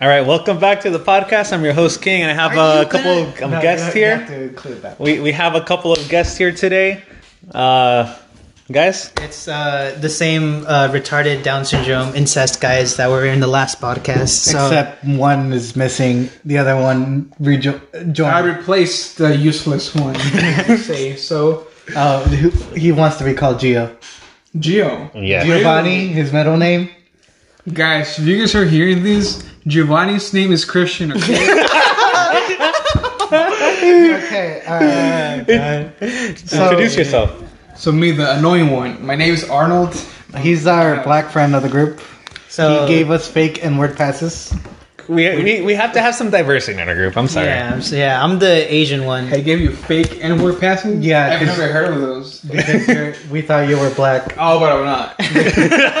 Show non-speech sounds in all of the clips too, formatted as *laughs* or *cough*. All right, welcome back to the podcast. I'm your host King, and I have Are a you couple gonna- of um, No, you guests don't- you here. have to include that. We we have a couple of guests here today. Uh, guys, It's uh, the same uh, retarded Down syndrome incest guys that were in the last podcast. So Except one is missing. The other one rejo- I joined. replaced the useless one. *laughs* say so. Oh, who he wants to be called Gio. Geo. yeah, Giovanni, his middle name. Guys, if you guys are hearing this, Giovanni's name is Christian. Okay? Okay, uh, alright. introduce yourself. so me, the annoying one. My name is Arnold. He's our black friend of the group. so he gave us fake and word passes. We, we we have to have some diversity in our group. I'm sorry. yeah, I'm- so yeah, I'm the Asian one. I gave you fake N-word passes. Yeah, I've 'cause- never heard of those. Because you're- we thought you were black. Oh, but I'm not.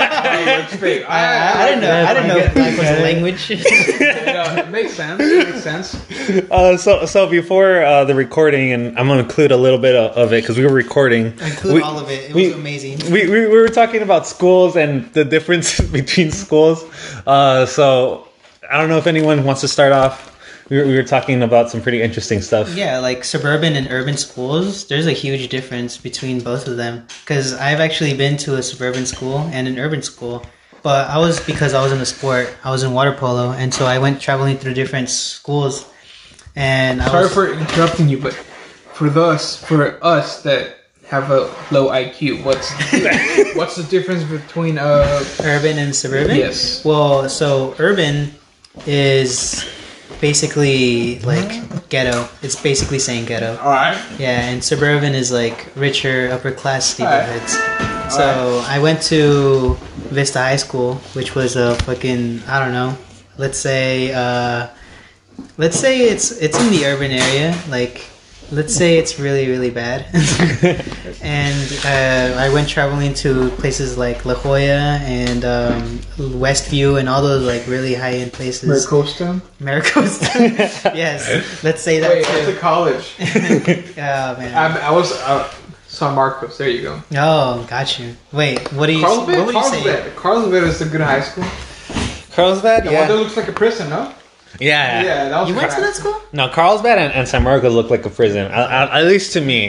*laughs* Oh, it's fake. I, I didn't know. I didn't know get- *laughs* black was I a *laughs* get- language. know. It makes sense. It makes sense. Uh, so so before uh, the recording, and I'm gonna include a little bit of, of it because we were recording. Include We- all of it. It we- was amazing. we, we, we were talking about schools and the differences *laughs* between schools. Uh, so I don't know if anyone wants to start off. We were, we were talking about some pretty interesting stuff. Yeah, like suburban and urban schools, there's a huge difference between both of them. Because I've actually been to a suburban school and an urban school, but I was because I was in the sport, I was in water polo, and so I went traveling through different schools. And I Sorry was, for interrupting you, but for those for us that have a low IQ, what's what's the difference between uh? urban and suburban. Yes. Well, so urban is basically like ghetto. It's basically saying ghetto. All right. Yeah, and suburban is like richer upper class Alright. neighborhoods. So I went to Vista High School, which was a fucking I don't know. Let's say uh, let's say it's it's in the urban area. Like let's say it's really really bad. and uh, I went traveling to places like La Jolla and um, Westview and all those like really high end places. Maricosta. Maricosta. *laughs* yes, let's say that Wait, that's too. a *laughs* college. Oh man. I'm, I was uh, San Marcos. There you go. Oh, got you. Wait, what do you? what Carlsbad. were you saying? Carlsbad. Carlsbad is a good high school. Carlsbad? The one that looks like a prison, no? Yeah. Yeah, that was. You went to crap. that school? No, Carlsbad and, and San Marcos look like a prison, I, I, at least to me.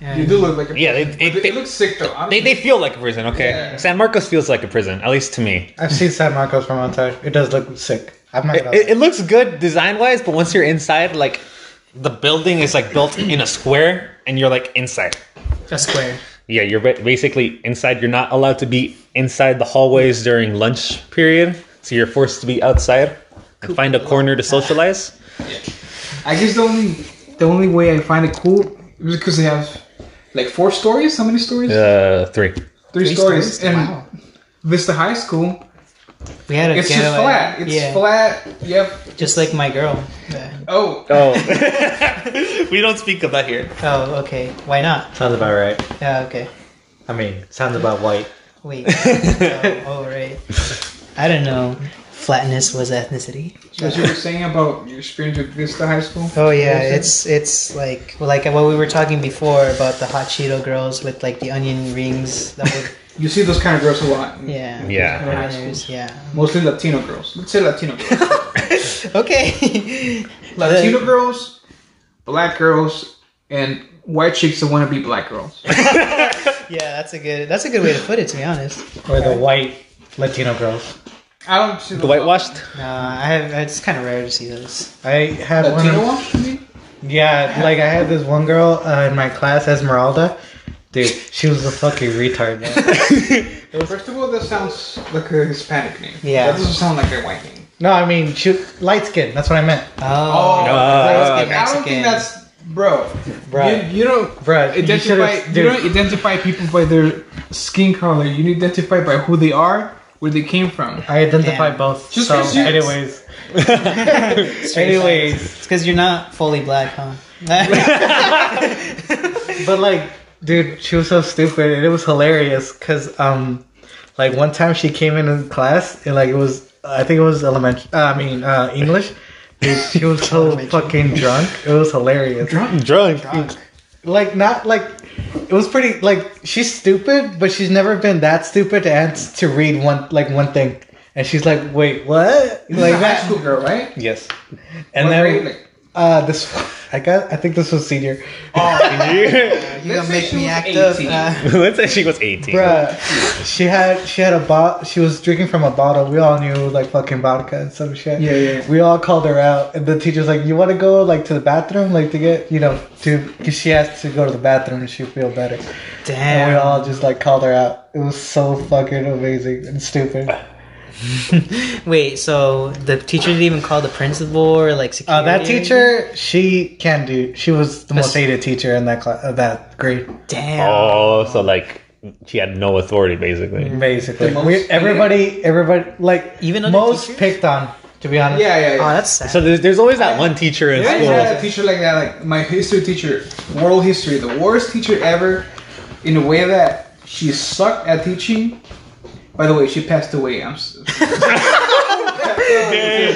Yeah. You do look like a. Yeah, they- prison. they- But it, they- looks sick though. I'm, They, they feel like a prison, okay? Yeah. San Marcos feels like a prison, at least to me. I've seen San Marcos from outside. It does look sick. I'm not It, gonna. it, it looks good design wise, but once you're inside, like the building is like built in a square and you're like inside. A square. Yeah, you're ba- basically inside. You're not allowed to be inside the hallways during lunch period, so you're forced to be outside and find a corner to socialize. I guess the only the only way I find it cool is because they have like four stories. How many stories? Uh, three. Three, Three stories. stories? And Wow. Vista High School. We had a It's just ghetto flat. alley. It's yeah, flat. Yep. just like my girl. Yeah. Oh. Oh, we don't speak of that here. Oh, okay. Why not? sounds about right. Yeah, okay. I mean, sounds about white. *laughs* Wait. oh, oh, right. I don't know. Flatness was ethnicity. As you were saying about your experience with Vista High School. Oh yeah, it's it's like like what we were talking before about the hot Cheeto girls with like the onion rings. That *laughs* would, You see those kind of girls a lot. in- yeah. Yeah. in high schools. Banners, yeah. *laughs* Mostly Latino girls. Let's say Latino girls. Okay. *laughs* Latino The- girls, black girls, and white chicks that want to be black girls. Yeah, that's a good that's a good way to put it. To be honest. Or the white Latino girls. I don't see The whitewashed. No, I have, it's kind of rare to see those. I had one. Latino wash. You mean? Yeah, like I had this one girl uh, in my class, Esmeralda. Dude, she was a fucking retard. *laughs* Man. First of all, that sounds like a Hispanic name. Yeah. That doesn't sound like a white name. no, I mean, she light skin. That's what I meant, Oh, Uh, Mexican. I don't think that's bro. Bruh. You, you don't bro. You should identify. have, You dude. don't identify people by their skin color. You identify by who they are, where they came from. I identify Damn. both. Just so, 'cause you- anyways, Straight anyways, facts. it's because you're not fully black, huh? *laughs* but like, dude, she was so stupid, and it was hilarious because um, like one time she came in in class, and like it was, I think it was elementary. Uh, I mean, uh, English. Dude, she was so fucking drunk. It was hilarious. Drunk. like not like it was pretty like she's stupid but she's never been that stupid to ans- to read one like one thing and she's like, "Wait, what?" This *laughs* Like like is a high that. school girl, right? Yes. And What then grade, like, uh, this, *laughs* I got, I think this was senior. You're Let's gonna say make she me was act up. 18. Uh, *laughs* Let's say she was 18. Bruh, she had she had a bot. She was drinking from a bottle. We all knew like fucking vodka and some shit. Yeah, yeah, yeah. We all called her out, and the teacher's like, "You want to go like to the bathroom, like to get you know to because she has to go to the bathroom and she feel better." And we damn. all just like called her out. It was so fucking amazing and stupid. Wait, so the teacher didn't even call the principal or like security? Uh, that or anything? teacher, she can do. She was the most That's- hated teacher in that class, uh, that grade, Damn. Oh, so like she had no authority basically. basically. The most We, everybody, everybody, like Even other most teachers? picked on. To be honest, Yeah, yeah, Oh, yeah. that's sad. So there's, there's always that one teacher in I had a school. teacher like that, like my history teacher, world history, the worst teacher ever, in a way that she sucked at teaching. By the way, she passed away. I'm. s- *laughs*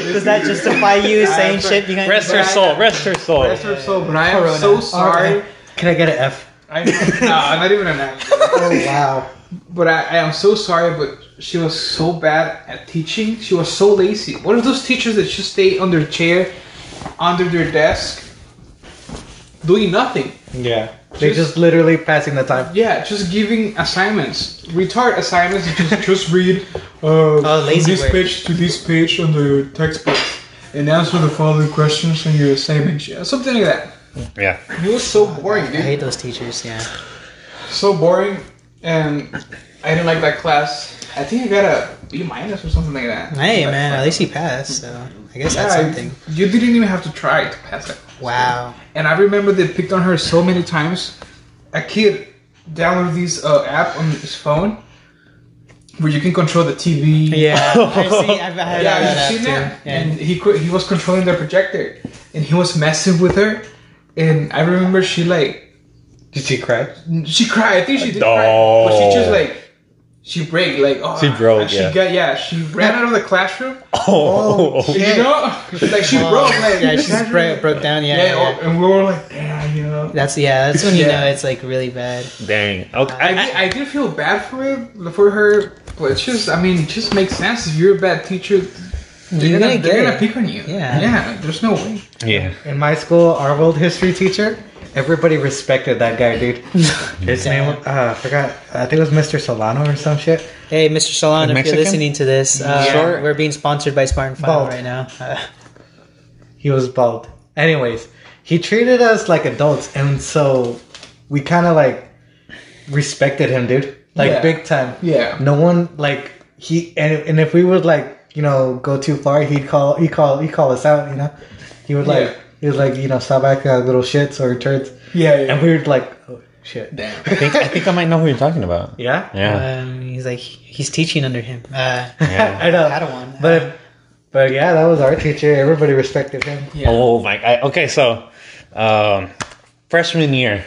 Does that justify you saying sorry. shit behind? Rest her soul. Rest her soul. Rest her soul, but I am Corona. so sorry. Alright. Can I get an F? I, no, I'm not even an actor. Oh wow. But I, I am so sorry, but she was so bad at teaching. She was so lazy. One of those teachers that just stay on their chair, under their desk, doing nothing. Yeah. They Just- just literally passing the time. Yeah, just giving assignments. Retard assignments. Just, just read uh, from Oh, lazy this work. page to this page on the textbook and answer the following questions in your assignment. Yeah, something like that. Yeah. It was so boring, I dude. hate those teachers. Yeah. so boring and I didn't like that class. I think I got a B minus or something like that. Hey But- man, at least he passed, so I guess that's Yeah, something. You didn't even have to try to pass it. Wow. And I remember they picked on her so many times. A kid downloaded this uh, app on his phone where you can control the TV. *laughs* Yeah. I've seen, I've had Yeah, that you've seen that. too. Yeah. And he cou- he was controlling the projector, and he was messing with her. And I remember she like Did she cry? she cried. I think she did No. cry, but she just like she break like oh She broke, and She yeah. got yeah. She ran out of the classroom. Oh. You know, like she Oh, broke like yeah, the she classroom, broke, broke down. Yeah, *laughs* Yeah, yeah, oh. yeah. and we were like damn, you know. That's yeah. That's when you Yeah. know it's like really bad. *laughs* Dang. Okay. I, did- I did feel bad for her, for her, but it's just, I mean, it just makes sense. If you're a bad teacher, they're You're gonna, gonna they're get gonna it. pick on you. Yeah. yeah. There's no way. yeah. In my school, our world history teacher, everybody respected that guy, *laughs* dude. His Damn. name, uh, I forgot. I think it was Mr. Solano or some shit. Hey, Mr. Solon, The if Mexican? you're listening to this, uh, Sure. we're being sponsored by Spartan File Bald. right now. Uh, He was bald. Anyways, he treated us like adults, and so we kind of like respected him, dude. Like Yeah. big time. Yeah. No one like he and, and if we would like you know go too far, he'd call he call he call us out. You know, he would like Yeah. he was like you know stop acting like little shits or turds, Yeah, yeah. and we were like oh shit. Damn. I *laughs* think, I think I might know who you're talking about. Uh, Yeah, Yeah. um, he's like he's teaching under him. Uh, Yeah. *laughs* I know. Padawan. But but yeah, that was our teacher. Everybody respected him. Yeah. Oh my. I, okay, so um, freshman year,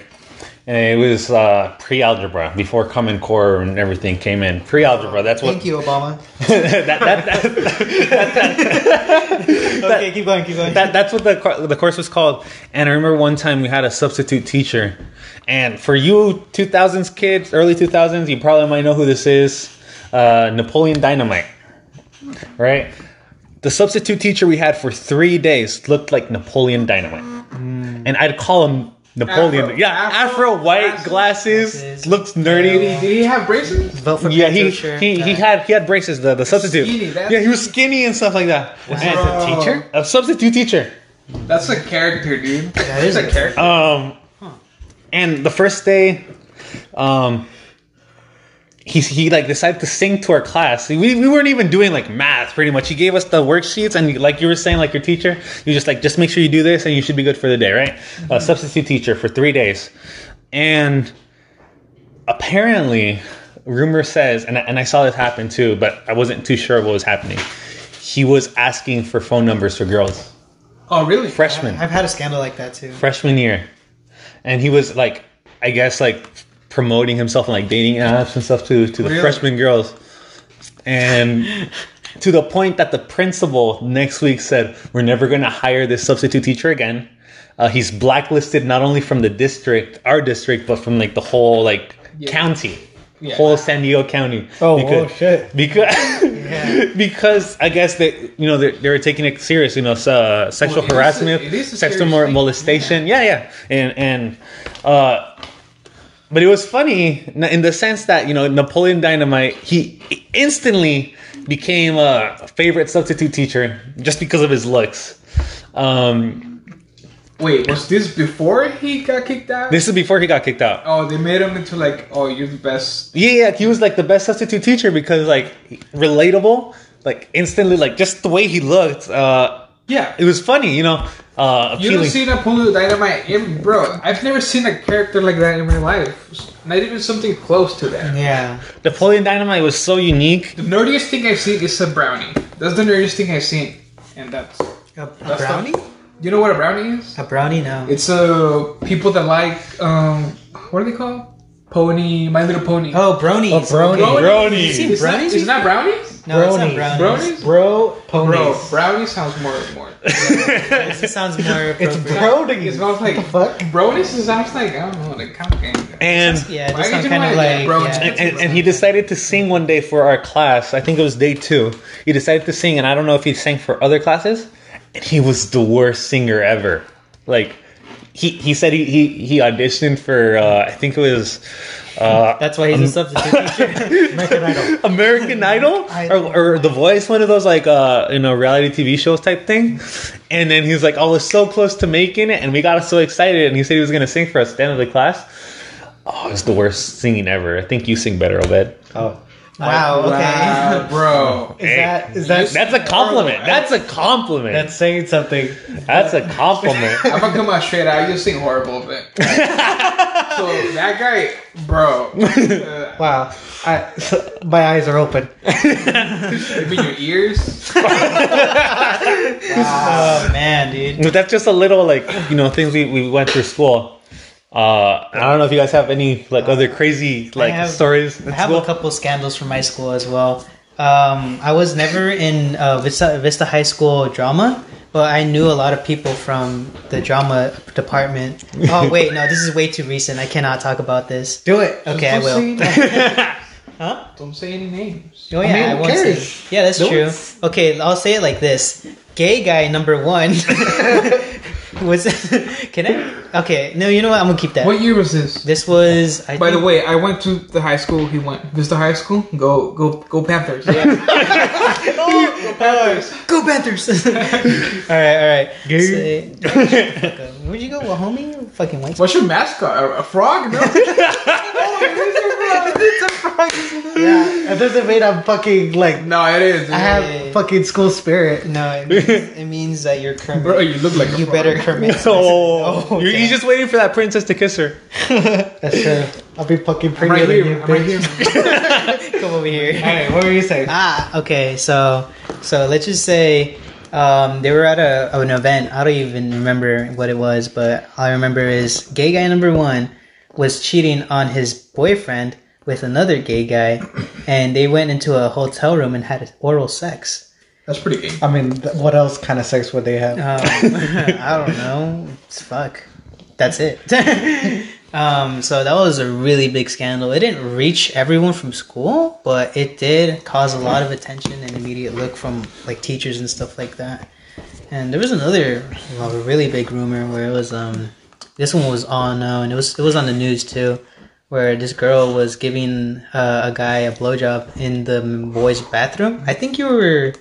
and it was uh, pre-algebra before Common Core and everything came in. Pre-algebra. That's what. Thank you, Obama. *laughs* that, *laughs* that, that, okay, keep going, keep going. that that's what the co- the course was called. And I remember one time we had a substitute teacher. And for you 2000s kids, early 2000s, you probably might know who this is. Uh, Napoleon Dynamite. Right? The substitute teacher we had for 3 days looked like Napoleon Dynamite. And I'd call him Napoleon. Hmm. Afro. Yeah, Afro afro, white glasses, Glasses. looks Did nerdy. he, did he have braces? Vote for Yeah, he, Pedro, sure. he, he Uh, had he had braces. The, the substitute. skinny, that's- yeah, he was skinny and stuff like that. And- Bro. a substitute teacher. That's a character, dude. That is a a- character. Um, and the first day, um, he he like decided to sing to our class. We, we weren't even doing like math, pretty much. He gave us the worksheets, and like you were saying, like your teacher, you just like just make sure you do this, and you should be good for the day, right? A substitute teacher for three days, and apparently, rumor says, and I, and I saw this happen too, but I wasn't too sure what was happening. He was asking for phone numbers for girls, Oh, really? freshmen I've had a scandal like that too. freshman year, and he was like, I guess like promoting himself on like dating apps and stuff to to the Really? freshman girls, *laughs* and to the point that the principal next week said, "We're never going to hire this substitute teacher again. Uh, he's blacklisted not only from the district, our district, but from like the whole like county." Yeah. Oh, Whole San Diego County. Oh, oh, shit. Because Yeah. *laughs* because I guess that you know they, they were taking it serious. You know, s- uh, sexual Well, it is a- harassment, it is a sexual serious mol- thing. molestation. Yeah, yeah, and and uh, but it was funny n- in the sense that you know Napoleon Dynamite he instantly became a favorite substitute teacher just because of his looks. Um, Wait, was this before he got kicked out? this is before he got kicked out. oh, they made him into like, oh, you're the best. Yeah, yeah, he was like the best substitute teacher because like relatable, like instantly, like just the way he looked. Uh, Yeah. it was funny, you know. Uh, You don't appealing. see Napoleon Dynamite, ev- bro. I've never seen a character like that in my life. Not even something close to that. Yeah. Napoleon Dynamite was so unique. The nerdiest thing I've seen is a brownie. That's the nerdiest thing I've seen, and that's. A, a That's brownie? You know what a brownie is? A brownie? No. It's uh people that like um what are they called? Pony, My Little Pony. oh, bronies. Oh, brownie. okay. Brownie. You seen Is that, brownies? is that brownies? no, it's not brownies. Brownies? Bro, Bro, ponies. brownie sounds more more. It sounds more It's appropriate. brownies. It smells like what the fuck? brownies. It sounds like I don't know, like cow gang. *laughs* *laughs* And, Yeah, it Why would sounds you kind want of it, like. bro? Yeah. and and he decided to sing one day for our class. I think it was day two. He decided to sing, and I don't know if he sang for other classes. And he was the worst singer ever. Like he he said he he, he auditioned for uh, I think it was uh, That's why he's a Um, substitute teacher. *laughs* American Idol. American Idol *laughs* I- or, or The Voice, one of those like uh you know reality TV shows type thing. And then he was like, "I was so close to making it," and we got so excited. And he said he was gonna sing for us at the end of the class. Oh, it's the worst singing ever. I think you sing better, Obed. Oh. wow, okay. *laughs* Wow, uh, bro. Is that is that That's a Oh, compliment. That's a compliment. that's saying something? That's *laughs* a compliment. I'm gonna come out straight out. You just sing horrible, but so that guy, bro. Uh, Wow. I, *laughs* my eyes are open. maybe your ears. Oh, man, dude. but that's just a little like you know things we, we went through school. Uh, I don't know if you guys have any like other crazy like have- stories. Uh, I at have school. a couple scandals from my school as well. Um, I was never in uh, Vista, Vista High School drama, but I knew a lot of people from the drama department. Oh, wait, no, this is way too recent. I cannot talk about this. Do it. Okay, I Don't say will. any names. Huh? Don't say any names. I Oh, yeah, mean, I, who won't say. cares? Yeah, that's No true. one's- Okay, I'll say it like this. Gay guy number *laughs* one *laughs* was. *laughs* can I? Okay, no, you know what? I'm gonna keep that. What year was this? This was. I By the think- way, I went to the high school he went. Vista High School? Go, go, go Panthers. *laughs* go Panthers. Go *laughs* *laughs* Panthers! all right, all right. Gay. So- *laughs* where'd you go, Wahomie? Fucking white. What's your mascot? A, a frog? No. no, Yeah, it doesn't mean I'm fucking like it is. I have fucking school spirit. No, it means, it means that you're Kermit. Bro, you look like a you frog. better Kermit. *laughs* *laughs* Oh, *laughs* Oh, you're, okay. you're just waiting for that princess to kiss her. *laughs* That's true. I'll be fucking I'm prettier right than here. you, I'm right here. bitch. Come over here. Alright, what were you saying? Ah, okay. So, so let's just say um, they were at a an event. I don't even remember what it was, but all I remember is gay guy number one was cheating on his boyfriend with another gay guy, and they went into a hotel room and had oral sex. That's pretty gay. I mean, th- what else kind of sex would they have? Um, *laughs* I don't know. It's fuck. That's it. *laughs* um, so that was a really big scandal. It didn't reach everyone from school, but it did cause a lot of attention and immediate look from like teachers and stuff like that. And there was another well, a really big rumor where it was um this one was on no, and it was it was on the news too, where this girl was giving uh, a guy a blowjob in the boys' bathroom. I think you were,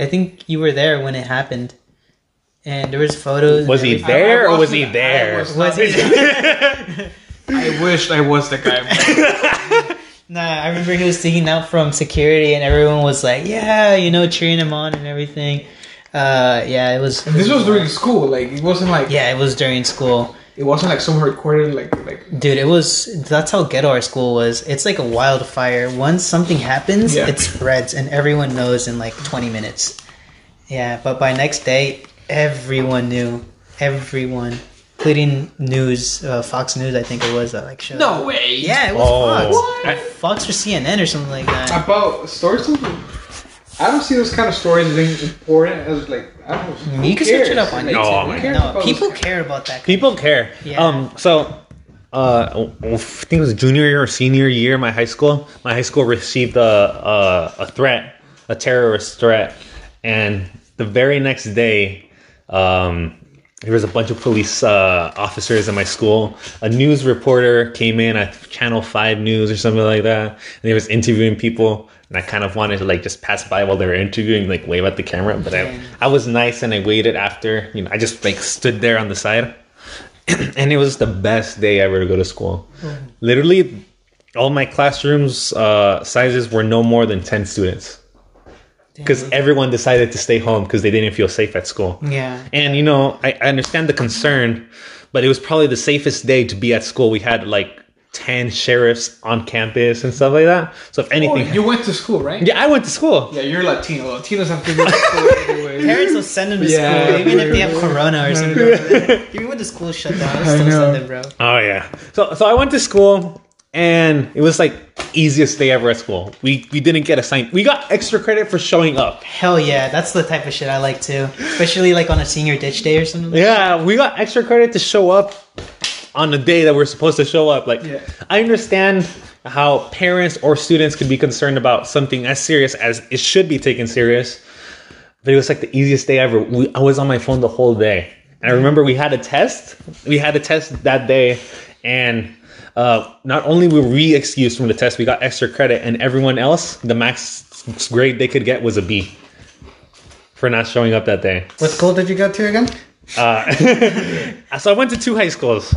I think you were there when it happened, and there was photos. and Was he everything. there I or was he wasn't- I there? was- Was he? *laughs* I wish I was the guy. *laughs* Nah, I remember he was singing out from security, and everyone was like, "Yeah, you know, cheering him on and everything." Uh, yeah, it was. *laughs* this was during school. Like it wasn't like Yeah, it was during school, it wasn't like someone recorded like like. dude. It was. That's how ghetto our school was. It's like a wildfire. Once something happens, Yeah. it spreads, and everyone knows in like twenty minutes. Yeah, but by next day, everyone knew. Everyone, including news, uh, Fox News, I think it was that like showed. No way. Yeah, it was Oh, Fox. Fox or CNN or something like that. About stories. of- I don't see those kind of stories as being important as like I don't. who You can search cares? it up on Like, YouTube. who No, cares No, about people those- care about that. People care. Yeah. Um. So, uh, I think it was junior year or senior year. of My high school. My high school received a a, a threat, a a terrorist threat. And the very next day, um, there was a bunch of police uh, officers in my school. A news reporter came in at Channel Five News or something like that, and he was interviewing people. And I kind of wanted to like just pass by while they were interviewing, like wave at the camera. But I, I was nice and I waited after. You know, I just like stood there on the side, and it was the best day ever to go to school. Literally, all my classrooms uh, sizes were no more than ten students because everyone decided to stay home because they didn't feel safe at school. Yeah. And you know, I, I understand the concern, but it was probably the safest day to be at school. We had like ten sheriffs on campus and stuff like that. So if anything, Oh, You went to school, right? yeah, I went to school. Yeah, you're Latino. Latinos have to go to school anyway. Parents will send them to Yeah. school, even if they have corona or something. *laughs* if you went to school shut down, I'll still know. send them, bro. Oh yeah. So so I went to school. And it was like easiest day ever at school. We we didn't get assigned. We got extra credit for showing up. Hell yeah, that's the type of shit I like too. Especially like on a senior ditch day or something. Yeah, we got extra credit to show up on the day that we're supposed to show up. Like, Yeah. I understand how parents or students could be concerned about something as serious as it should be taken serious, but it was like the easiest day ever. We, I was on my phone the whole day, and I remember we had a test. We had a test that day, and. Uh, not only were we excused from the test, we got extra credit, and everyone else, the max grade they could get was a B for not showing up that day. What school did you go to again? So I went to two high schools.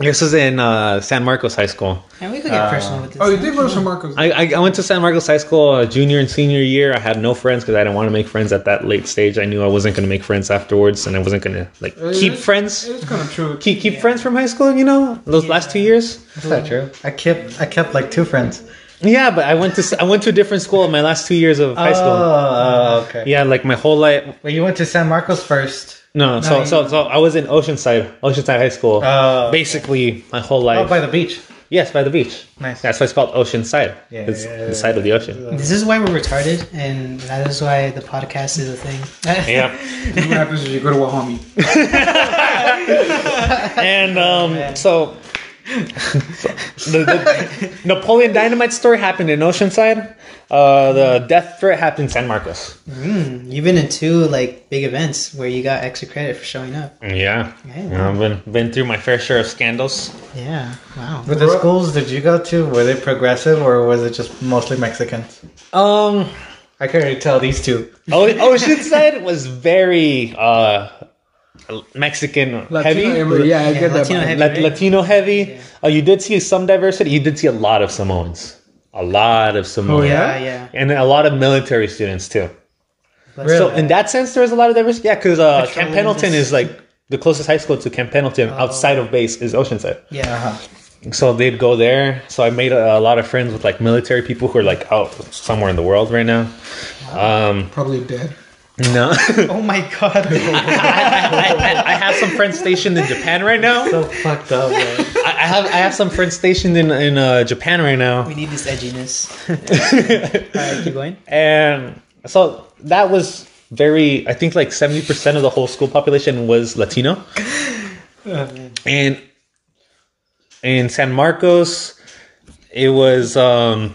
This was in uh, San Marcos High School. And we could Uh, get personal with this. Oh, you did go to San Marcos. I, I, I went to San Marcos High School uh, junior and senior year. I had no friends because I didn't want to make friends at that late stage. I knew I wasn't going to make friends afterwards, and I wasn't going to like Oh, keep friends, It's kind of true. keep keep friends from high school. You know, those last two years. That's not true. I kept I kept like two friends. Yeah, but I went to s- I went to a different school in my last two years of high school. Oh, okay. Yeah, like my whole life. Well, you went to San Marcos first. No, so you- so so I was in Oceanside, Oceanside High School. Oh, okay. basically, my whole life. Oh, by the beach. yes, by the beach. Nice. That's why it's called Oceanside. Yeah, it's yeah, yeah, the side of the ocean. This is why we're retarded, and that is why the podcast is a thing. *laughs* Yeah. what happens is you go to Wahami. And um, so, so the, the Napoleon Dynamite story happened in Oceanside. Uh, the death threat happened in San Marcos. Mm, you've been in two like big events where you got extra credit for showing up. Yeah. Yeah. You know, I've been, been through my fair share of scandals. Yeah. Wow. But the schools did you go to were they progressive or was it just mostly Mexicans? Um, I can already tell these two. O- Oceanside was very uh, Mexican heavy. Yeah, I Yeah, get that. Latino vibe. heavy, La- right? Latino heavy. Uh, you did see some diversity. You did see a lot of Samoans. A lot of Samoans. Oh, yeah, yeah. And a lot of military students, too. But So in that sense, there is a lot of diversity. Yeah, because uh, Camp Petroleum Pendleton is- is like the closest high school to Camp Pendleton outside of base is Oceanside. yeah. Uh-huh. So they'd go there. So I made a, a lot of friends with like military people who are like out somewhere in the world right now. Um, Probably dead. no, *laughs* I, *laughs* Oh my *laughs* god. *laughs* I have some friends stationed in Japan right now. So fucked up. Man. *laughs* I, I have I have some friends stationed in in uh, Japan right now. we need this *laughs* edginess. Alright, keep going. And so that was very, I think like 70% of the whole school population was Latino. *laughs* and in San Marcos, it was um,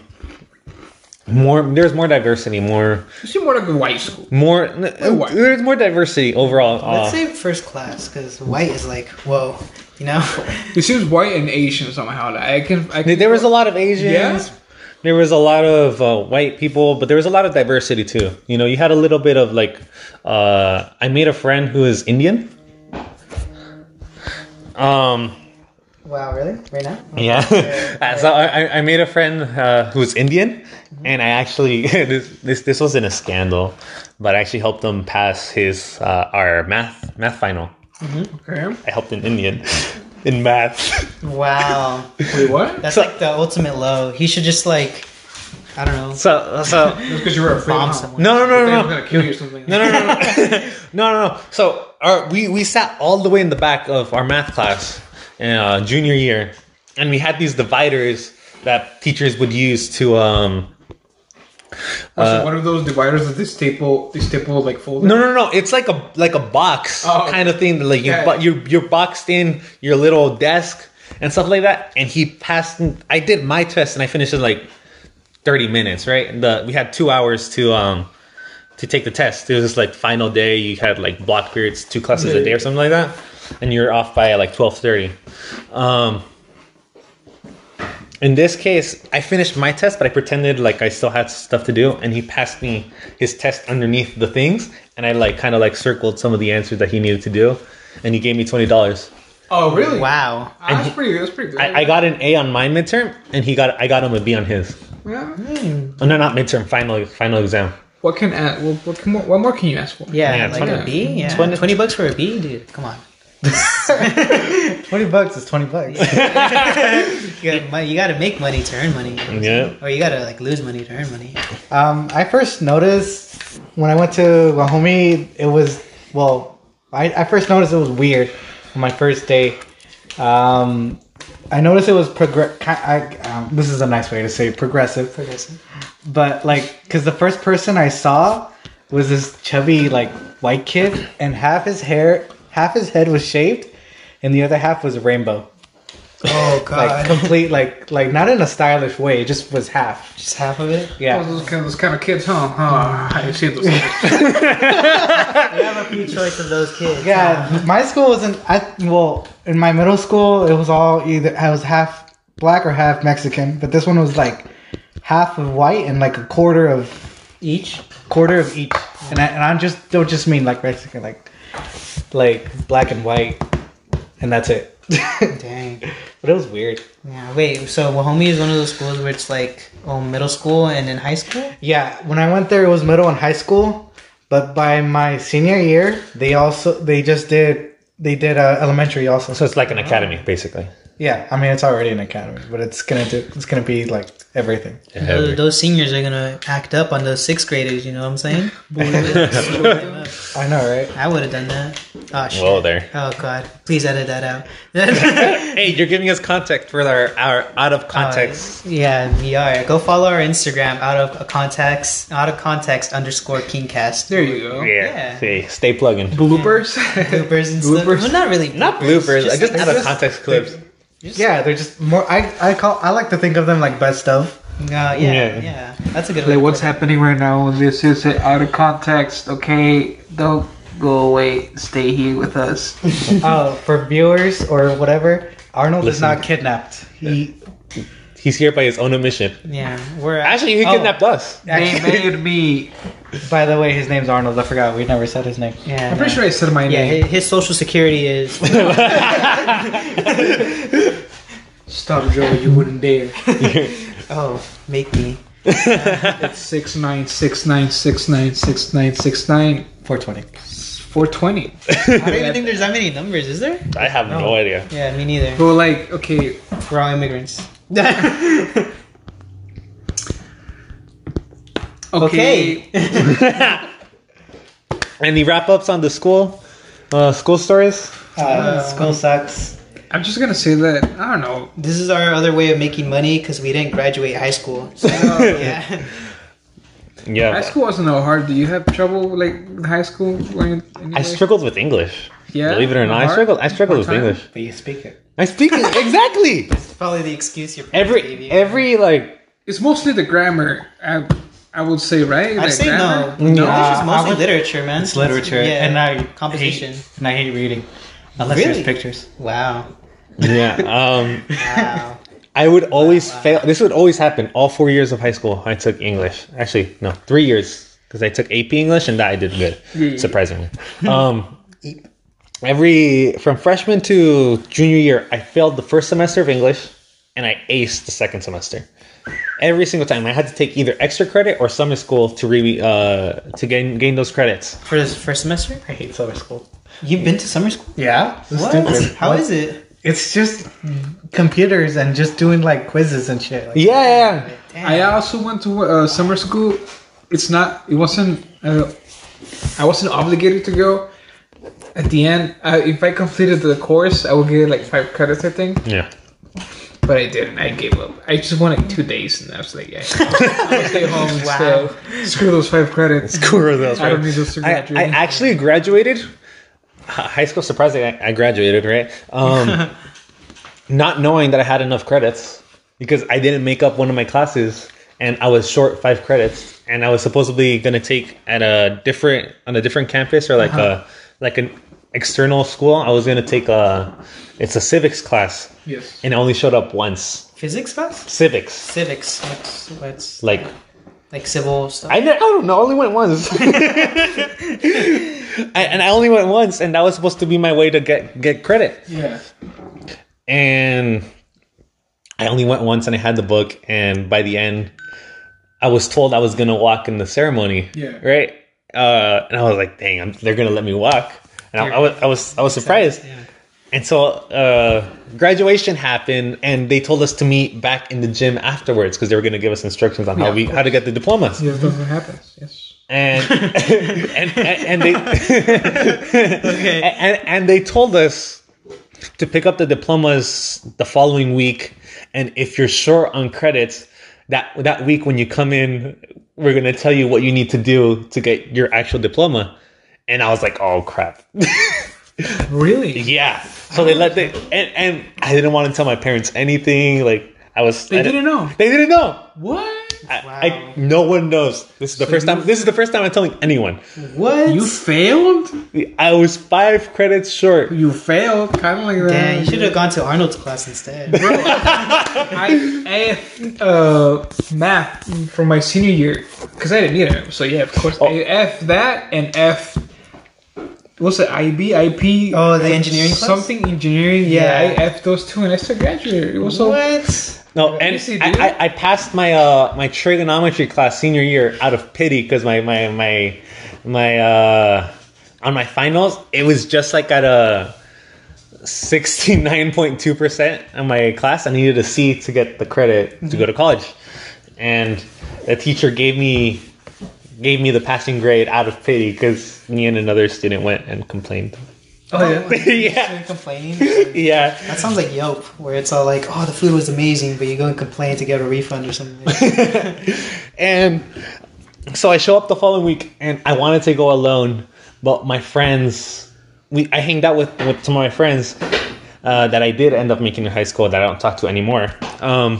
more, there's more diversity, more, You seem more like a white school. more, what? there's more diversity overall. Let's Uh, say first class because white is like whoa, you *laughs* know. It seems white and Asian somehow. Like, I can. I can there was a lot of Asians. There was a lot of uh, white people, but there was a lot of diversity too. You know, you had a little bit of like, uh, I made a friend who is Indian. Um, *laughs* wow, really? Right now? yeah. *laughs* Uh, so I, I- I made a friend uh, who's Indian, and I actually *laughs* this, this this wasn't a scandal, but I actually helped him pass his uh, our math math final. Okay. I helped an Indian *laughs* in math. *laughs* Wow, Wait, what? that's like the ultimate low. He should just like, I don't know. So so Because you were afraid. Bomb huh? someone. no no They no were no. no. gonna kill you or something. No, no, no, no, *laughs* no, no, no. So our, we we sat all the way in the back of our math class, in, uh, junior year, and we had these dividers that teachers would use to. Um, Also, what are those dividers that they staple? They staple like folders. no, no, no. It's like a like a box Oh. kind of thing. that, Like you, Yeah. but you you're boxed in your little desk and stuff like that. And he passed. I did my test and I finished in like thirty minutes, right? And the we had two hours to um to take the test. It was just like final day. You had like block periods, two classes a day or something like that, and you're off by like twelve thirty. Um, in this case, I finished my test, but I pretended like I still had stuff to do, and he passed me his test underneath the things, and I like kind of like circled some of the answers that he needed to do, and he gave me twenty dollars. Oh, really? Wow. Ah, that's pretty. That's pretty good. I, I got an A on my midterm, and he got I got him a B on his. Yeah. Oh, no, not midterm, final final exam. What can uh, what, what can more, what more can you ask for? Yeah, Yeah, like 20 a B. Yeah, 20 20, bucks for a B, dude. Come on. Twenty bucks is twenty bucks. You gotta, money, you gotta make money to earn money. Yeah. Or you gotta like lose money to earn money. Um, I first noticed when I went to Wahomie, it was well. I, I first noticed it was weird on my first day. Um, I noticed it was progress. Um, this is a nice way to say progressive, Progressive. but like, cause the first person I saw was this chubby like white kid, and half his hair, half his head was shaved, and the other half was rainbow, Oh like complete, like like not in a stylish way. It just was half. Just half of it. Oh, Yeah. those, kind of, those kind of kids, huh? Huh? I've seen those. You have a few choice of those kids. Yeah, my school wasn't. I well, in my middle school, it was all either I was half black or half Mexican, but this one was like half of white and like a quarter of Each. quarter of each. And I and I just don't just mean like Mexican, like like black and white, and that's it. but Dang. it was weird. Yeah. Wait. So Wahomie is one of those schools where it's like oh middle school and then high school. Yeah, when I went there, it was middle and high school, but by my senior year, they also they just did they did uh, elementary also. So it's like an academy, basically. Yeah, I mean it's already an academy, but it's gonna do. It's gonna be like everything. Uh, Those, those seniors are gonna act up on those sixth graders. You know what I'm *laughs* saying? I know, right? I would have done that. Oh shit. Whoa there. Oh god. Please edit that out. *laughs* Hey, you're giving us context for our, our out of context. yeah, we are. Go follow our Instagram out of context out of context underscore kingcast. there you go. *laughs* yeah. yeah. See, stay plugging. Bloopers. Bloopers and stuff. Bloopers. Well, not really. Not bloopers. I just like- out of context clips. Yeah, they're just more. I I call. I like to think of them like best of. Uh, yeah, Yeah. yeah, That's a good. *laughs* way Like what's to put happening right now? This is out of context. Okay, don't go away. Stay here with us. *laughs* Oh, for viewers or whatever, Arnold Listen. is not kidnapped. He He's here by his own admission. it. Yeah, we're Actually, he Oh. kidnapped us. they actually. made me. by the way, his name's Arnold. I forgot. We never said his name. Yeah, I'm pretty sure I said my Yeah, name. his, his social security is. Stop, Joe. You wouldn't dare. oh, make me. It's six nine six nine six nine six nine six nine 420. four twenty. I don't even think there's that many numbers, is there? I have no, idea. *laughs* Yeah, me neither. But like, okay, We're all immigrants. okay. Okay. *laughs* Any wrap ups on the school? Uh, school *laughs* stories? Uh, school sucks. I'm just gonna say that I don't know. This is our other way of making money because we didn't graduate high school. So, yeah. High Yeah. school wasn't that hard. Do you have trouble with, like in high school? Learning I struggled with English. Yeah? Believe it or not, I Hard? struggled. I struggled with Hard time? English. But you speak it. I speak it *laughs* exactly. *laughs* It's probably the excuse your parents gave Every you. every like It's mostly the grammar. I I would say right. I The say grammar? no. No. English is I mostly would- literature, man. It's literature, Yeah. and I Composition. hate- and I hate reading, unless there's Really? pictures. Wow. yeah. *laughs* Um, Wow. I would always fail. This would always happen. All four years of high school, I took English. Actually, no, three years because I took AP English, and that I did good, surprisingly. Um, every from freshman to junior year, I failed the first semester of English, and I aced the second semester. Every single time, I had to take either extra credit or summer school to re uh, to gain gain those credits. *laughs* For this first semester? I hate summer school. You've been to summer school? Yeah, What? How is it? It's just computers and just doing like quizzes and shit. Like, Yeah, yeah, yeah. Damn. I also went to uh, summer school. It's not. It wasn't. Uh, I wasn't obligated to go. At the end, uh, if I completed the course, I would get like five credits, I think. yeah. But I didn't. I gave up. I just went like two days, and I was *laughs* like, yeah, I'll stay home and stuff. Screw those five credits. Screw those, I don't right? need those to I, graduate. I actually graduated H- high school. Surprisingly, I, I graduated right, *laughs* um, not knowing that I had enough credits because I didn't make up one of my classes, and I was short five credits, and I was supposedly gonna take at a different on a different campus or like Uh-huh. a like an external school. I was gonna take a it's a civics class, Yes. and I only showed up once. Physics class? Civics, Civics. What's, what's like like civil stuff? I, ne- I don't know. *laughs* I only went once. I, and I only went once, and that was supposed to be my way to get get credit. Yeah. And I only went once, and I had the book. And by the end, I was told I was gonna walk in the ceremony. Yeah. Right. Uh, and I was like, "Dang, I'm, they're gonna let me walk." And I, I was, I was, I was surprised. Yeah. And so uh, graduation happened, and they told us to meet back in the gym afterwards because they were going to give us instructions on how Yeah, we of how to get the diplomas. Yes, that's what happens. Yes. and *laughs* and and, and they *laughs* and, and they told us to pick up the diplomas the following week and if you're short on credits that that week when you come in we're going to tell you what you need to do to get your actual diploma and i was like oh crap *laughs* Really? yeah so they let the and, and i didn't want to tell my parents anything like i was They I didn't know. they didn't know What? I, Wow. I, no one knows this is the first time this is the first time i'm telling anyone What? You failed? I was five credits short. You failed, kind of like that. Damn, you should have gone to Arnold's class *laughs* instead. I F uh, math from my senior year because I didn't need it. So yeah, of course. I F that and F. What's it? IB, IP. Oh, the engineering class? Something engineering. Yeah. Yeah. I F those two and I still graduated. It was so. what? No, and Yes, you I, Uh, do. I, I passed my uh my trigonometry class senior year out of pity because my my my my uh on my finals it was just like at a sixty nine point two percent on my class. I needed a C to get the credit to Mm-hmm. go to college, and the teacher gave me gave me the passing grade out of pity because me and another student went and complained. *laughs* Oh, *laughs* yeah. yeah, You're complaining? yeah. That sounds like Yelp, where it's all like, "Oh, the food was amazing," but you go and complain to get a refund or something. Like that. and so I show up the following week, and I wanted to go alone, but my friends, we I hanged out with with some of my friends uh, that I did end up making in high school that I don't talk to anymore. Um,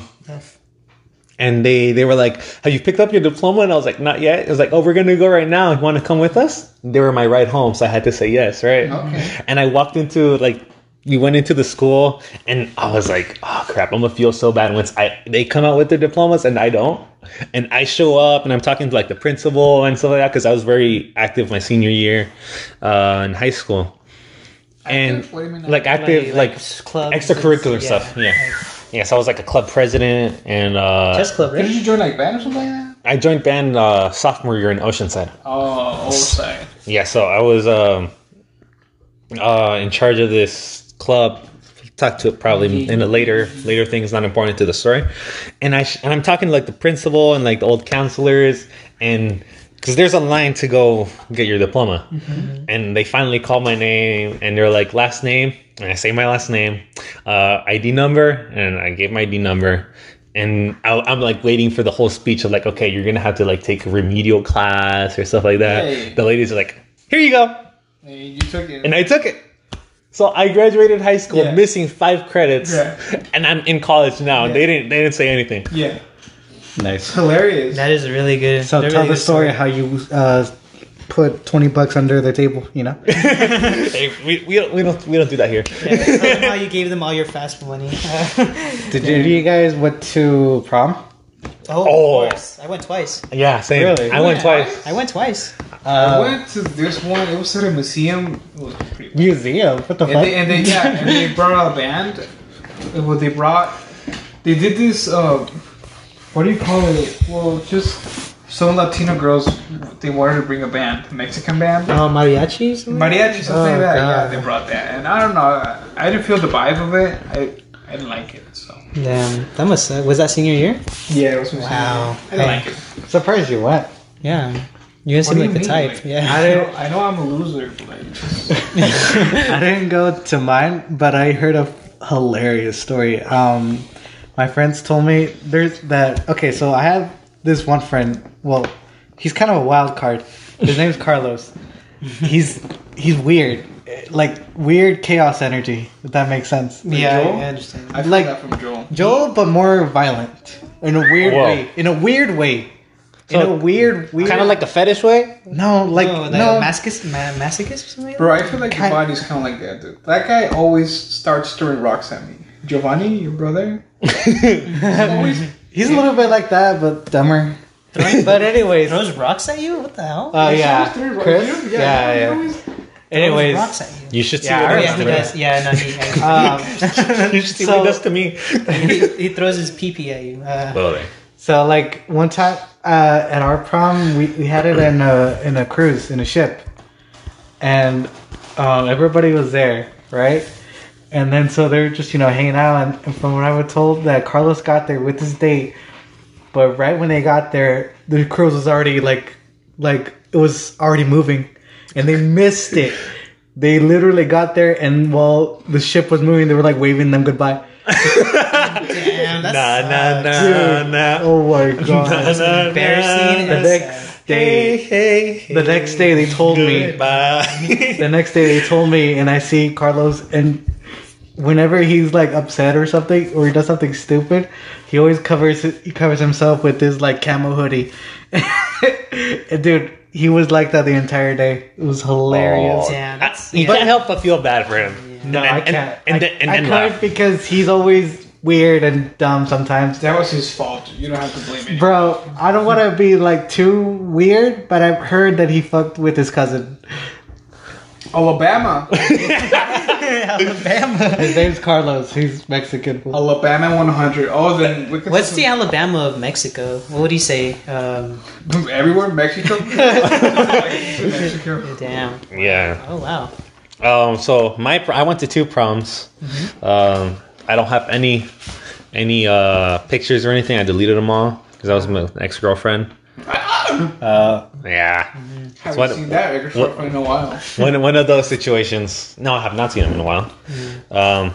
and they they were like, "Have you picked up your diploma?" And I was like, "Not yet." It was like, "Oh, we're gonna go right now. You want to come with us?" They were my ride home, so I had to say yes, right? Okay. And I walked into like we went into the school, and I was like, "Oh crap, I'm gonna feel so bad once I they come out with their diplomas and I don't." And I show up and I'm talking to like the principal and stuff like that because I was very active my senior year uh, in high school. And What do you mean? like active, like, clubs, extracurricular it's- stuff. Yeah. Yeah, so I was like a club president and uh, Chess club, Didn't right? you join like band or something like that? I joined band uh, sophomore year in Oceanside. Oh, oh, sorry. Yeah, so I was um, uh, in charge of this club. Talk to it probably in the later later things not important to the story, and I sh- and I'm talking to, like the principal and like the old counselors and because there's a line to go get your diploma, and they finally call my name and they're like last name and I say my last name, uh, ID number and I gave my ID number, and I, I'm like waiting for the whole speech of like okay you're gonna have to like take a remedial class or stuff like that. Hey. The ladies are like here you go Hey, you took it. and I took it. So I graduated high school Yeah. missing five credits, Yeah. *laughs* and I'm in college now. Yeah. They didn't. They didn't say anything. yeah. Nice. Hilarious. That is really good. So They're tell really the good story how you uh, put twenty bucks under the table. You know, we, we, don't, we don't we don't do that here. *laughs* *laughs* Tell *laughs* them how you gave them all your fast money. did you, you guys went to prom? oh, Oh. of course. I went twice. Yeah, same. Really? I went Yeah. twice. I went twice. I Uh, went to this one. It was at a museum. It was pretty. museum. What the And fuck? they, and they yeah, and they brought out a band. And What they brought, they did this. Uh, what do you call it? Well, just some Latino girls. They wanted to bring a band, a Mexican band, uh, mariachis. mariachi, something Oh, like that. God. Yeah, they brought that, and I don't know. I, I didn't feel the vibe of it. I I didn't like it. So Damn, that must suck. Was that senior year? yeah, it was Wow. I didn't like it. *laughs* Surprised you went. Yeah. You didn't seem What do like you the mean? type. Like, I yeah. know, I know I'm a loser, but like, just- I didn't go to mine, but I heard a hilarious story. Um, my friends told me there's that. Okay, so I have this one friend. Well, he's kind of a wild card. His name's *laughs* Carlos. He's he's weird, like weird chaos energy. If that makes sense. Yeah, I, Joel? I understand. I feel Like- that from Joel. Joel, but more violent. in a weird Whoa. way. In a weird way. in So, a weird, weird. Kind of like the fetish way. no, like oh, no, like a masochist, ma- masochist or something. Bro, I feel like Kind- Giovanni's kind of like that, dude. That guy always starts throwing rocks at me. Giovanni, your brother? always, He's a little bit like that, but dumber. but anyways, Throws rocks at you? What the hell? uh, always yeah, throwing rocks. Chris. You know, Yeah, he yeah. always- Anyways, Throws rocks at you. You should see Yeah, what I I Yeah, he remember. does. Yeah, no, he, uh, um, *laughs* You should see So- what he does to me. he, he throws his pee pee at you. Uh, *laughs* Well, there. so like one time uh, at our prom, we, we had it in a in a cruise in a ship, and um, everybody was there, right? And then so they were just you know hanging out, and, and from what I was told, that Carlos got there with his date, but right when they got there, the cruise was already like like it was already moving, and they missed it. They literally got there, and while the ship was moving, they were like waving them goodbye. damn, that's Nah, nah, nah, Dude. nah. Oh *laughs* my Nah, god. nah, embarrassing. nah. The That's next Hey, day, hey, hey. the next day they told me. Goodbye. *laughs* The next day they told me, and I see Carlos, and whenever he's like upset or something, or he does something stupid, he always covers he covers himself with his like camo hoodie. *laughs* And Dude, he was like that the entire day. It was hilarious. Oh, Damn, I- that's- you yeah. can't help but feel bad for him. No, and, I and- can't. And, I, then and I then can't laugh. because he's always weird and dumb sometimes. That was his fault. dude. You don't have to blame him. Bro, I don't want to be like too weird, but I've heard that he fucked with his cousin. *laughs* Alabama. *laughs* Alabama. His name's Carlos. He's Mexican. Alabama 100. Oh, then look at What's the Alabama of Mexico? What would he say? Um, the *laughs* everywhere Mexico? *laughs* Mexico. damn. Yeah. Oh wow. Um. So my pr- I went to two proms. Um. I don't have any any uh pictures or anything. I deleted them all because I was my ex girlfriend. Uh. Yeah. Haven't What- seen that record for what- quite a while. one one of those situations. No, I have not seen him in a while. Um,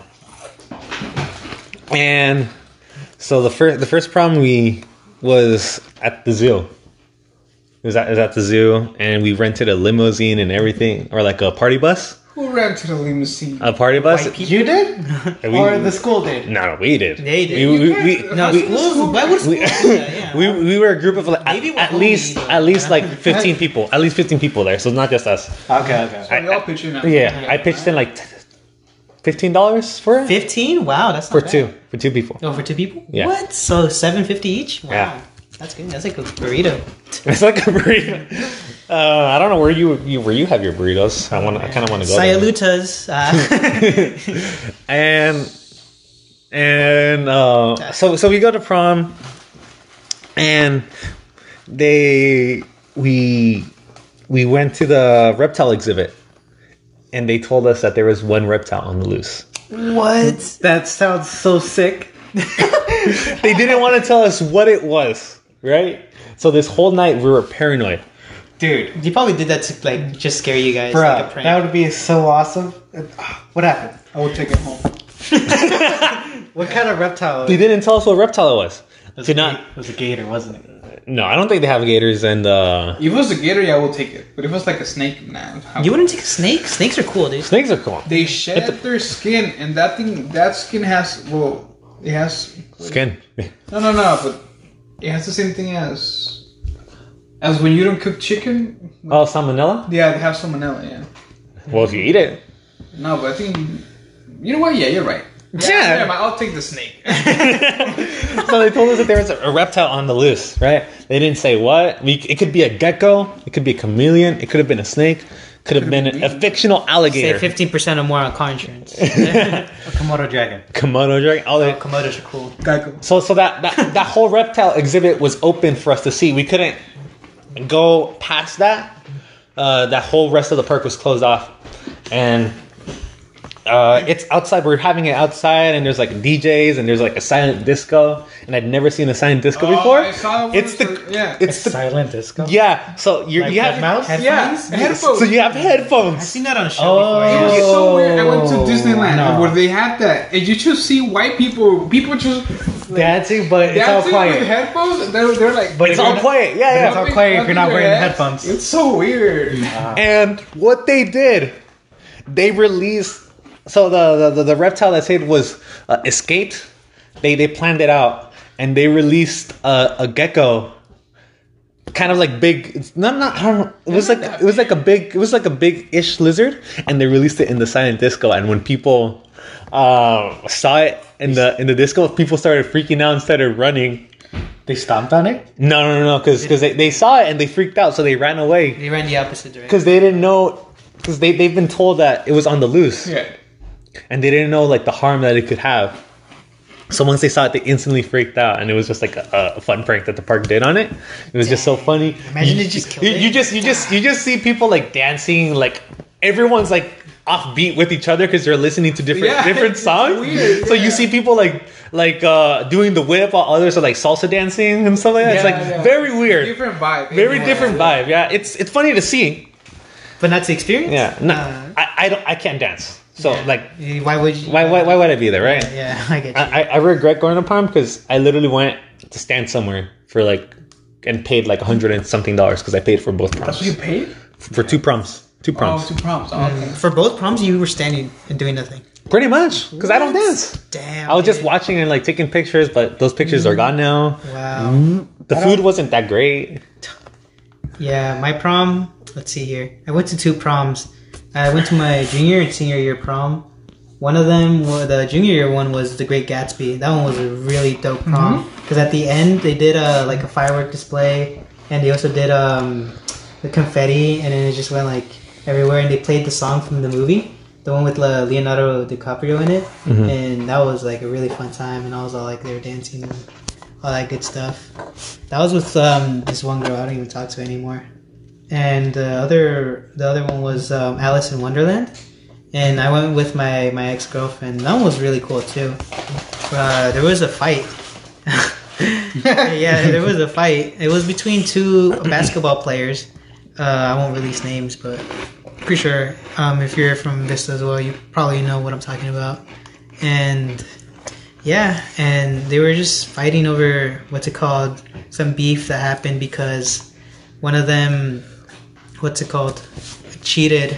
and so the first the first prom we was at the zoo. Is that is at the zoo, and we rented a limousine and everything, or like a party bus, Who ran to the limousine? a party bus. You did? And we- or the school did? no, no, we did. They did. We, we, we, No, we, schools. Why would we, schools do that? *laughs* Yeah. we, we were a group of like, at, Maybe we're at least homie, at least yeah. like 15 people at least 15 people there so it's not just us Okay, okay. Are y'all pitching now? Yeah, I pitched in like t- fifteen dollars for it? Fifteen? Wow, that's for not bad. two for two people. Oh, for two people? Yeah. What? So seven fifty each? Wow. Yeah. That's good. That's like a burrito. *laughs* It's like a burrito. Uh, I don't know where you, you where you have your burritos. I want I kind of want to go. there. Sayalutas. *laughs* Uh, and and uh, so so we go to prom, and they we we went to the reptile exhibit, and they told us that there was one reptile on the loose. what? That sounds so sick. they didn't want to tell us what it was, right? So this whole night we were paranoid. Dude, He probably did that to like just scare you guys. bro, like a prank. that would be so awesome. *sighs* What happened? I will take it home. What kind of reptile? They didn't tell us what reptile it was. was Did a not. ga- It was a gator, wasn't it? No, I don't think they have gators. And uh, If it was a gator, yeah, I will take it. But if it was like a snake, nah. I you wouldn't take a snake? Snakes are cool, dude. snakes are cool. They shed their skin, and that thing, that skin has, well, it has. Skin. *laughs* No, no, no, but it has the same thing as. As when you don't cook chicken, Oh, salmonella. yeah, they have salmonella, yeah. Well, if you eat it, No, but I think. You know what? Yeah, you're right. Yeah. never mind, I'll take the snake. so they told us that there was a reptile on the loose, right? They didn't say what. We, it could be a gecko. It could be a chameleon. It could have been a snake. Could have been a fictional Say alligator. fifteen percent or more on car *laughs* insurance. A Komodo dragon. Komodo dragon. All Oh, that. Komodos are cool. Geico. So so that, that that whole reptile exhibit was open for us to see. We couldn't go past that. Uh, that whole rest of the park was closed off, and uh, it's outside. We're having it outside, and there's like DJs, and there's like a silent disco, and I'd never seen a silent disco Oh, before. I saw one it's the for- yeah. it's the Silent disco? yeah. So you're, Like you that have mouse? yeah. Headphones? Headphones. So you have I've headphones. seen that on a show It Oh. before. was so weird. I went to Oh, Disneyland no. where they had that, and you just see white people. People just Dancing, but it's all dancing with quiet. headphones. And they're, they're like, But It's all quiet. Yeah, yeah. It's all quiet if you're not wearing the Yeah. headphones. Uh, It's so weird. And what they did, they released. So the the, the reptile that said was uh, escaped. They they planned it out, and they released a, a gecko, kind of like big. It's not not. I don't know, it was like it was like a big. It was like a big ish lizard, and they released it in the silent disco. And when people uh, saw it in the in the disco, people started freaking out and started running. They stomped on it. No, no, no, because because they, they saw it and they freaked out, so they ran away They ran the opposite direction. because they didn't know because they they've been told that it was on the loose Yeah. and they didn't know like the harm that it could have. So once they saw it, they instantly freaked out, and it was just like a, a fun prank that the park did on it. It was just so funny. Imagine you, they just killed you, it. you just you just you just see people like dancing, like everyone's like offbeat with each other because they're listening to different Yeah, different *laughs* it's songs. weird, so yeah. you see people like like uh, doing the whip while others are like salsa dancing and stuff like that. it's Yeah, like yeah. very weird, Different vibe. very Yeah. different vibe. Yeah, it's it's funny to see. But not to experience? Yeah, no, Uh-huh. Uh, I I don't I can't dance, so yeah. like Eh, Why would you? why, why why would I be there, right? Yeah, *laughs* I get you. I, I- I regret going to Palm because I literally went to stand somewhere for like and paid like a hundred and something dollars because I paid for both proms That's what you paid? for two proms, two proms, Oh, two prompts. Oh, Mm-hmm. okay. For both proms, you were standing and doing nothing. pretty much because I don't What? dance. Damn. I was just dude. watching and like taking pictures, but those pictures are gone Mm-hmm. now. Wow. The food wasn't that great. *laughs* Yeah, my prom. Let's see here. I went to two proms. I went to my junior and senior year prom. One of them, wa- the junior year one, was The Great Gatsby. That one was a really dope prom because at the end they did a like a firework display, and they also did um the confetti, and then it just went like everywhere. And they played the song from the movie, the one with uh, Leonardo DiCaprio in it, and that was like a really fun time. And I was all like, they were dancing, and all that good stuff. That was with um, this one girl I don't even talk to anymore, and the other the other one was um, Alice in Wonderland, and I went with my my ex girlfriend. That one was really cool too. Uh, there was a fight. *laughs* yeah, there was a fight. It was between two basketball players. Uh, I won't release names, but pretty sure um, if you're from Vista as well, you probably know what I'm talking about. And yeah, and they were just fighting over what's it called, some beef that happened because one of them, what's it called, cheated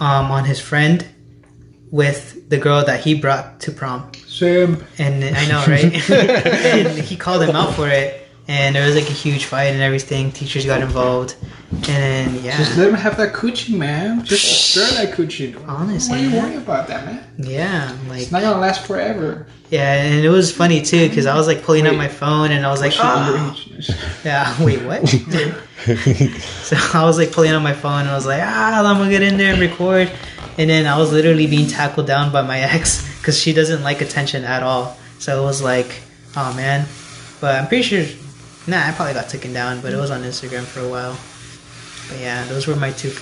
um, on his friend with the girl that he brought to prom. Same. And I know, *laughs* right? and he called him out for it, and there was like a huge fight and everything. Teachers got involved, and then, Just yeah, let him have that coochie, man. Just stir that coochie. Honestly, Why are you yeah. worry about that, man? yeah, like It's not gonna last forever. yeah, and it was funny too because I was like pulling out Wait. my phone and I was like, Shit, oh. underage. Yeah, *laughs* wait, what? so *laughs* I was like pulling on my phone and I was like, ah, I'm gonna get in there and record. And then I was literally being tackled down by my *laughs* ex because she doesn't like attention at all. So it was like, oh man. But I'm pretty sure, nah, I probably got taken down, but it was on Instagram for a while. But yeah, those were my two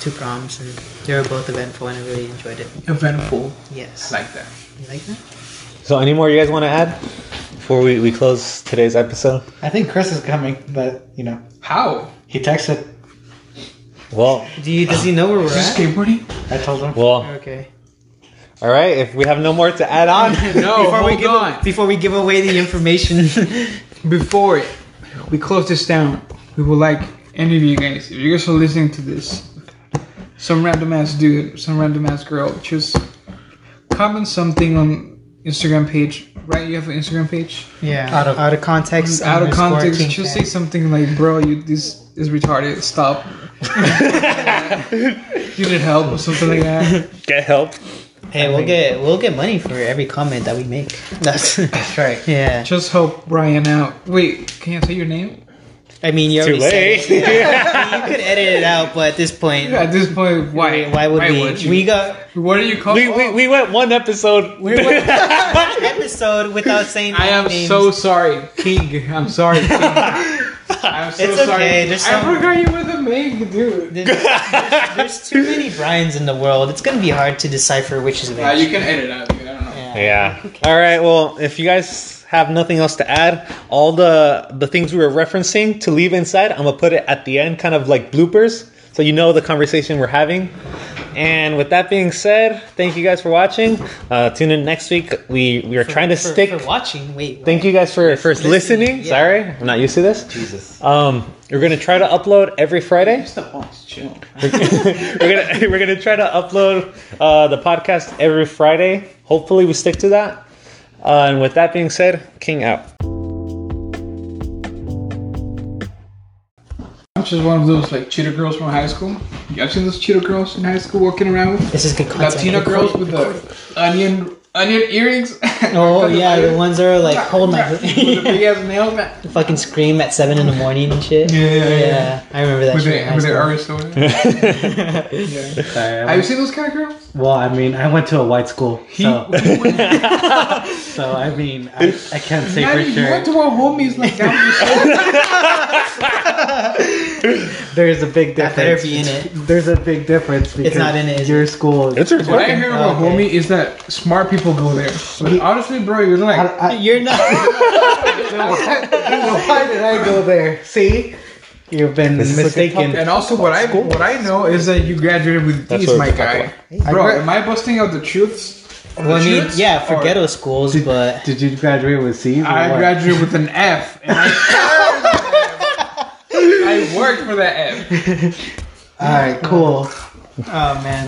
two proms and they were both eventful and I really enjoyed it. Eventful. Yes. Like that. you like that? So, any more you guys want to add before we, we close today's episode? I think Chris is coming, but you know How? he texted. Well, Do you, does he know where we're Is this at? skateboarding? I told him. well, Okay. all right. If we have no more to add on, No, before we hold give on. before we give away the information. *laughs* before it, we close this down, we would like any of you guys, if you guys are listening to this, some random ass dude, some random ass girl, just comment something on Instagram page. Right, you have an Instagram page. yeah, Out out of- of context, Out of underscore context, King just Fat. say something like, "Bro, you this is retarded. Stop. *laughs* you need help or something like that." *laughs* get help. Hey, we'll get we'll get money for every comment that we make. *laughs* That's That's right. yeah. Just help Brian out. Wait, can I say your name? I mean, you Too already late. *laughs* said it. you could edit it out, but at this point, At this point, why? why would we? you? We got what do you call? we, we, we went one episode. we *laughs* went one episode without saying. I am names. so sorry, King. I'm sorry. King. I'm so It's okay, sorry. there's some- I forgot you were the main dude. There's, there's- *laughs* there's too many Brian's in the world. It's gonna be hard to decipher which is which. Uh, you can edit out. Dude. I don't know. Yeah. All right. Well, if you guys have nothing else to add, all the the things we were referencing to leave inside, I'm gonna put it at the end, kind of like bloopers, so you know the conversation we're having. And with that being said, thank you guys for watching. Uh, tune in next week. We we are trying to For- stick. for watching. Wait, Thank you guys for first listening. Listening, yeah. Sorry, I'm not used to this. Jesus. Um, we're gonna try to upload every Friday. Just the boss, chill. *laughs* we're gonna *laughs* we're gonna try to upload uh, the podcast every Friday. Hopefully, we stick to that. Uh, and with that being said, King out. I'm just one of those like cheater girls from high school. You have seen those cheater girls in high school walking around with This is good content. Latina girls with the onion onion earrings. *laughs* Oh yeah, the ones that are like hold my *laughs* with the big ass nails. man. fucking scream at seven in the morning and shit. Yeah, yeah, yeah. I remember that With shit. their with their Arizona. Yeah. Sorry, I Have you went, seen those kind of *laughs* girls? well, I mean, I went to a white school, He, so imagine so I mean, I, I can't say for you went sure. to our homies like down the *laughs* street. There's a big That difference. better be in it. There's a big difference because not in it, is Your school. It's her What I fucking- hear about Okay. homie is that smart people go there. But honestly, bro, you're like I- *laughs* I- You're *laughs* not. Why did I go there? See, you've been This is a good mistaken. And also, what I what I know is that you graduated with That's these, what my we're guy. about. Bro, I gra- am I busting out the truths? Of well, I the mean, truths? yeah, for Or- ghetto schools, Did- but Did you graduate with C's? or I what? graduated with an F. *laughs* And I, I worked for that F. All right, cool. oh man.